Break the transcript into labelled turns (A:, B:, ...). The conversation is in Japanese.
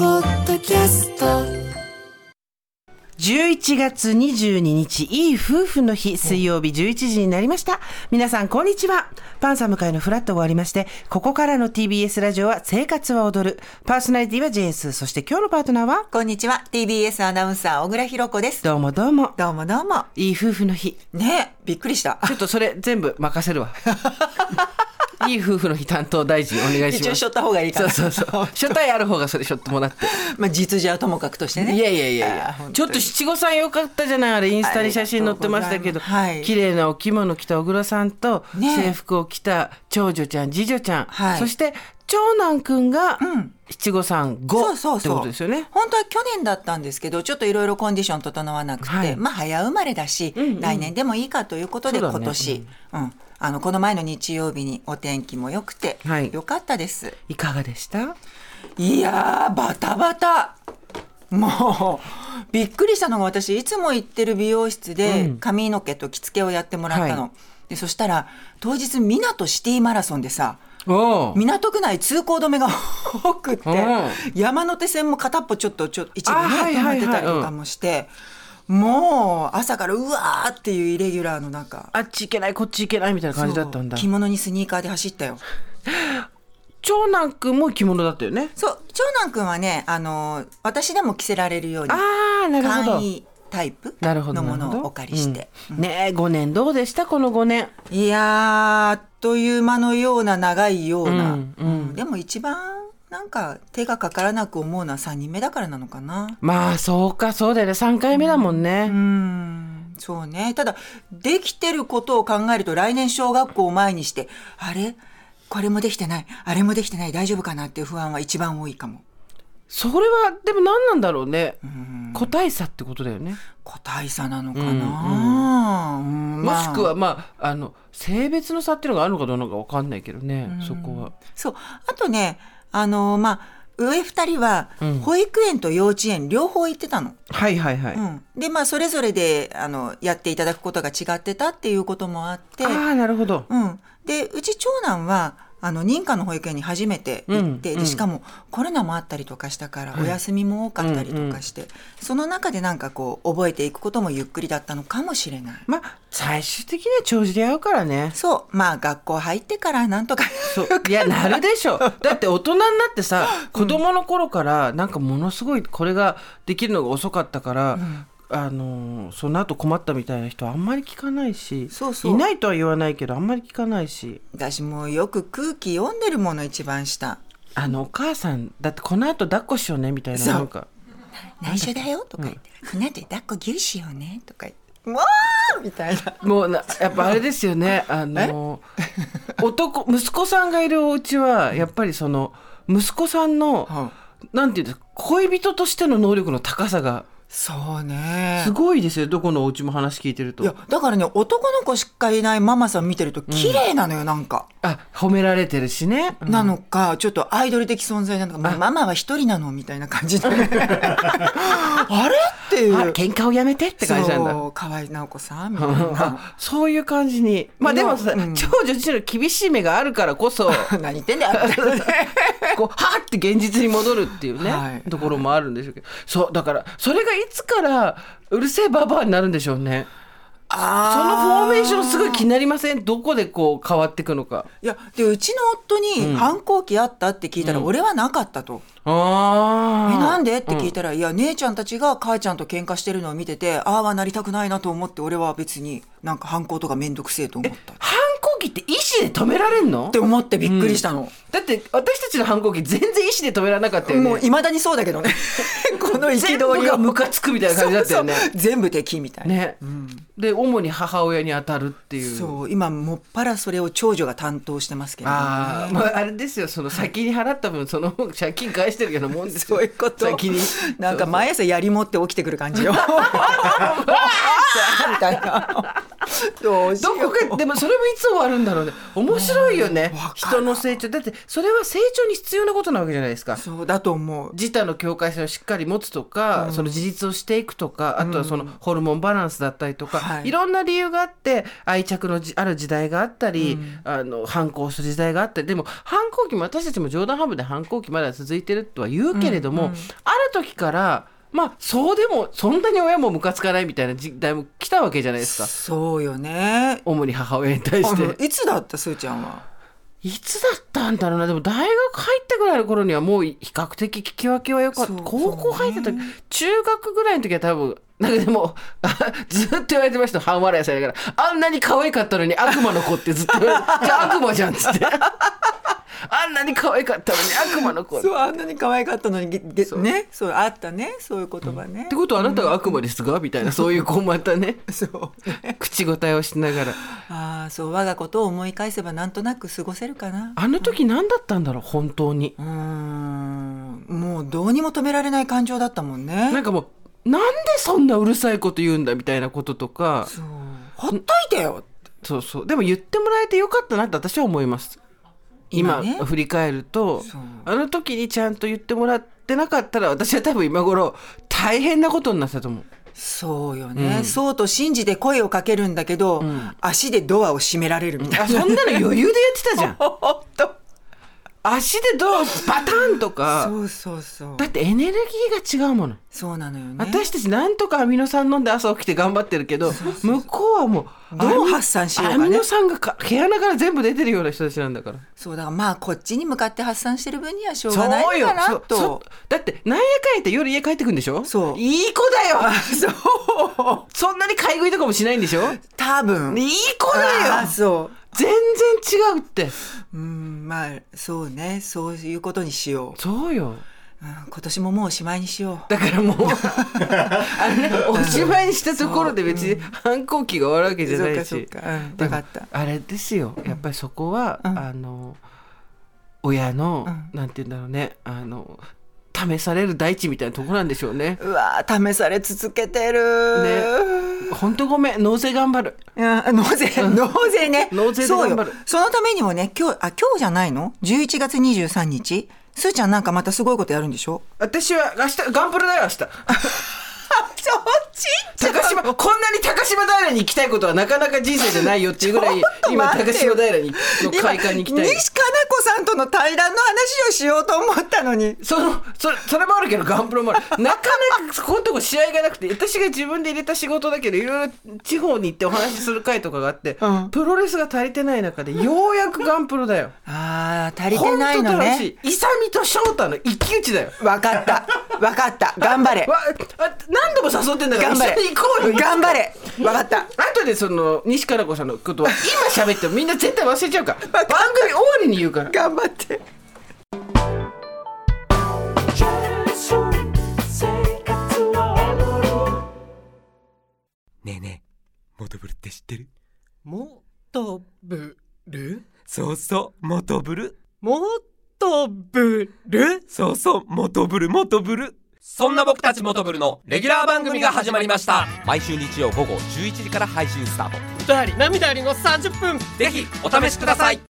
A: キャスト
B: 11月22日、いい夫婦の日、水曜日11時になりました。皆さん、こんにちは。パンサム会のフラット終わりまして、ここからの TBS ラジオは生活は踊る。パーソナリティは JS。そして今日のパートナーは、
C: こんにちは TBS アナウンサー小倉弘子です
B: どうもどうも。
C: どうもどうも
B: いい夫婦の日。
C: ねえびっくりした
B: ちょっとそれ全部任せ るわ。いい夫婦の日担当大臣お願いし
C: 一応
B: ま
C: しょ
B: す
C: っ。た方がいいか
B: そう
C: な
B: そうそう。初対ある方がそれしょってもらって。
C: まあ実情はともかくとしてね
B: いやいやいやい
C: あー
B: や
C: 本当に
B: ちょっと七五三良かったじゃないあれインスタに写真載ってましたけど、
C: ありがとうございますはい
B: 綺麗なお着物着た小倉さんと、
C: ねえ
B: 制服を着た長女ちゃん次女ちゃん、
C: はい
B: そして長男くんが
C: ん
B: 七五三
C: そ
B: 五
C: うそう
B: って
C: そう
B: ことですよね。
C: 本当は去年だったんですけどちょっといろいろコンディション整わなくて、
B: はい
C: まあ早生まれだし、
B: んうん
C: 来年でもいいかということで、
B: そうだね
C: 今年、うんあのこの前の日曜日にお天気も良くて、
B: はい
C: 良かったです
B: いかがでした？
C: いやーバタバタもうびっくりしたのが私いつも行ってる美容室
B: う
C: で
B: ん
C: 髪の毛と着付けをやってもらったの、
B: は
C: でそしたら当日港シティマラソンでさ
B: おお。
C: 港区内通行止めが多くって
B: う
C: 山手線も片っぽちょっとちょっと一部ね
B: あはい
C: 止ま
B: は
C: っ
B: いはい
C: てたりとかもして、もう朝からうわーっていうイレギュラーの中
B: あっち行けないこっち行けないみたいな感じだったんだ
C: そう着。物にスニーカーで走ったよ。
B: 長男くんも着物だったよね。
C: そう長男くんはねあの私でも着せられるように
B: ああなるほど
C: 簡。易タイプ
B: なるほど
C: のも
B: なるほ
C: のを
B: ど
C: お借りして、
B: うんねえ5年どうでしたこの5年
C: いやーあっという間のような長いような、
B: うんう
C: うんでも一番なんか手がかからなく思うのは3人目だからなのかな
B: まあそうかそうだよね3回目だもんね、
C: うんそうねただできてることを考えると来年小学校を前にしてあれこれもできてないあれもできてない大丈夫かなっていう不安は一番多いかも
B: それはでも何なんだろうね、
C: うん
B: 個体差ってことだよね、
C: 個体差なのかな、うんま
B: も
C: あ
B: しくはまああの性別の差っていうのがあるのかどうなのか分かんないけどね、そこは
C: そう。あとね、あのまあ、上二人は
B: うん、
C: 保育園と幼稚園両方行ってたの。
B: はいはいはい、
C: う
B: あ
C: ん。で、まあ、それぞれで、あの、やっていただくことが違ってたっていうこともあって、
B: あなるほど
C: うん。で、うち長男は、あの、認可の保育園に初めて行って、
B: うんう
C: で
B: ん
C: しかもコロナもあったりとかしたから、お休みも多かったりとかして、その中でなんかこう、覚えていくこともゆっくりだったのかもしれない。
B: まあ最終的には長寿で会うからね
C: そう。まあ、学校入ってからなんとか。
B: そういやなるでしょだって大人になってさ子供の頃からなんかものすごいこれができるのが遅かったから、あのーその後困ったみたいな人はあんまり聞かないし
C: そうそう
B: いないとは言わないけどあんまり聞かないし
C: 私もうよく空気読んでるもの一番下。
B: あのお母さんだってこの後抱っこしようねみたいな
C: そう
B: なんか
C: 内緒だよとか言って、船で抱っこ牛脂しようねとか言って、もうみたいな。
B: もうなやっぱあれですよねあのー男息子さんがいるお家はやっぱりその息子さんの、なんていうんですか恋人としての能力の高さが
C: そうね
B: すごいですよどこのお家も話聞いてると
C: いや、だからね、男の子しかいないママさん見てると綺麗なのよ、なんか。
B: あ褒められてるしね、うん
C: なのか、ちょっとアイドル的存在なのか、もうママは一人なのみたいな感 じで。あれっていう。
B: あ喧嘩をやめてって感じなんだ
C: そう、河合直子さんみたいな。
B: あそういう感じにまあでもさ、
C: うん
B: 長女自身の厳しい目があるからこそ
C: 何言ってんだよ みたいなね。
B: こうはーって現実に戻るっていうね、
C: はい
B: ところもあるんでしょうけどそうだからそれがいつからうるせえババアになるんでしょうねそのフォーメーションすごい気になりませんどこでこう変わっていくのか
C: いや、で、うちの夫に反抗期あったって聞いたら、俺はなかったと。
B: あ
C: え
B: あ
C: なんでって聞いたら、いや姉ちゃんたちが母ちゃんと喧嘩してるのを見ててああはなりたくないなと思って俺は別になんか反抗とか面倒くせえと思ったっ
B: 反抗期って意思で止められんの
C: て思ってびっくりしたの、
B: だって私たちの反抗期全然意思で止められなかったよね
C: もういまだにそうだけど ねこの
B: 全
C: 憤
B: 部
C: り
B: が
C: を
B: ムカつくみたいな感じだったよね。
C: そうそう全部敵みたいな、
B: ね、で主に母親に当たるっていう。
C: そう今もっぱらそれを長女が担当してますけれどもね、
B: ああ、まああれですよ。その先に払った分その分借金返してるようなもんですよ。
C: そういうこと
B: 先に
C: なん か毎朝やり持って起きてくる感じよわーみたいなどうし
B: ど
C: よ
B: こかでもそれもいつ終わるんだろうね面白いよね
C: わか
B: 人
C: る
B: の成長だってそれは成長に必要なことなわけじゃないですか
C: う。そうだと思う。
B: 自他の境界線をしっかり持つとか、その自立をしていくとかあとはそのホルモンバランスだったりとか、
C: はい
B: い、ろんな理由があって愛着のじある時代があったり、あの反抗する時代があってでも反抗期も私たちも冗談半分で反抗期まだ続いてるとは言うけれども、ある時からまあそうでもそんなに親もムカつかないみたいな時代も来たわけじゃないですか
C: そうよね。
B: 主に母親に対し
C: あの
B: て。
C: いつだったすーちゃんは。
B: いつだったんだろうなでも大学入ったぐらいの頃にはもう比較的聞き分けは良かった
C: そう
B: 高校入った
C: そう
B: 時、中学ぐらいの時は多分なんかでも あずっと言われてました半笑いされながらあんなに可愛かったのに悪魔の子ってずっと言われて じゃあ悪魔じゃんっつってあんなに可愛かったのに悪魔の子っ
C: そ
B: て
C: うあんなに可愛かったのにげげ
B: そう
C: ねそうあったねそういう言葉ね。
B: ことはあなたが悪魔ですかみたいなそういうこうまたね
C: そうね。
B: 口答えをしながら
C: ああそう我がことを思い返せばなんとなく過ごせるかな。
B: あの時何だったんだろう本当に
C: うーんもうどうにも止められない感情だったもん
B: なん
C: ね。
B: かもうなんでそんなうるさいこと言うんだみたいなこととか
C: そうほっといてよ。
B: そうそうでも言ってもらえてよかったなって私は思います今
C: 今ね
B: 振り返ると
C: そう
B: あの時にちゃんと言ってもらってなかったら私は多分今頃大変なことになってたと思う
C: そうよね、そうと信じて声をかけるんだけど、足でドアを閉められるみたいな。
B: あそん なの余裕でやってたじゃん
C: ほんと
B: 足でドアバタンとか
C: そうそうそう
B: だ。ってエネルギーが違うもの
C: そうなのよね。
B: 私たちなんとかアミノ酸飲んで朝起きて頑張ってるけど向こうはもう
C: どう発散しようかね
B: アミノ酸がか毛穴から全部出てるような人たちなんだから
C: そうだからまあこっちに向かって発散してる分にはしょう
B: そ
C: が
B: う
C: ない
B: よ
C: かな
B: そう
C: と。
B: そうだってなんやかんやって夜家帰ってくんでしょ
C: そう
B: いい子だよ
C: そう。
B: そんなに買い食いとかもしないんでしょいい
C: 多分。
B: 子だ
C: ああ
B: よ
C: そ
B: 全然違うって
C: う。うん、まあ、そうね。そういうことにしよ
B: そうよ
C: う。うん、今年ももうおしまいにしよ
B: だからもう あのねおしまいにしたところで別に反抗期が終わるわけ
C: う。
B: じゃ
C: そ
B: な
C: う
B: い
C: か、そう
B: し
C: か。うん、
B: で
C: よ
B: も
C: かった。
B: あれですよやっぱりそこは、
C: うん
B: あの親の、
C: う
B: なんて言うんだろうねあの試される大地みたいなとこなんでしょうね
C: うわー試され続けてる。
B: ね本当ごめん納税頑張る
C: うん納税、納税ね。
B: 納税で
C: そうよ
B: 頑張る
C: そのためにもね、今日、あ、今日じゃないの ?11 月23日。すーちゃんなんかまたすごいことやるんでしょ
B: 私は明日ガンプラだよ明日
C: そっち
B: 高島こんなに高島平に行きたいことはなかなか人生じゃないよっていうぐら い今高島平にの会館に行きたい
C: 今西加奈子さんとの対談の話をしようと思ったのに
B: そのそれそれもあるけどガンプロもあるなかなかここのとこ試合がなくて私が自分で入れた仕事だけどいろいろ地方に行ってお話しする会とかがあって、
C: うん
B: プロレスが足りてない中でようやくガンプロだよ
C: あー足りてない
B: 本
C: の
B: 当楽し
C: ね
B: い勇と翔太の一騎打ちだよ
C: わかったわかった頑張れ
B: わあ何度も誘ってんだから
C: 頑張れ
B: 一緒に行こうよ
C: 頑張れわかった
B: 後でその西加奈子さんのことは今喋ってもみんな絶対忘れちゃうから番組終わりに言うから
C: 頑張って
A: ねえねえ、モトブルって知ってる
D: もとぶる
A: そうそう、モトブル。
D: もとぶる
A: そうそう、モトブル、モトブル。
E: そんな僕たちモトブルのレギュラー番組が始まりました
A: 毎週日曜午後11時から配信スタート。
D: 歌あり涙ありの30分
E: ぜひお試しください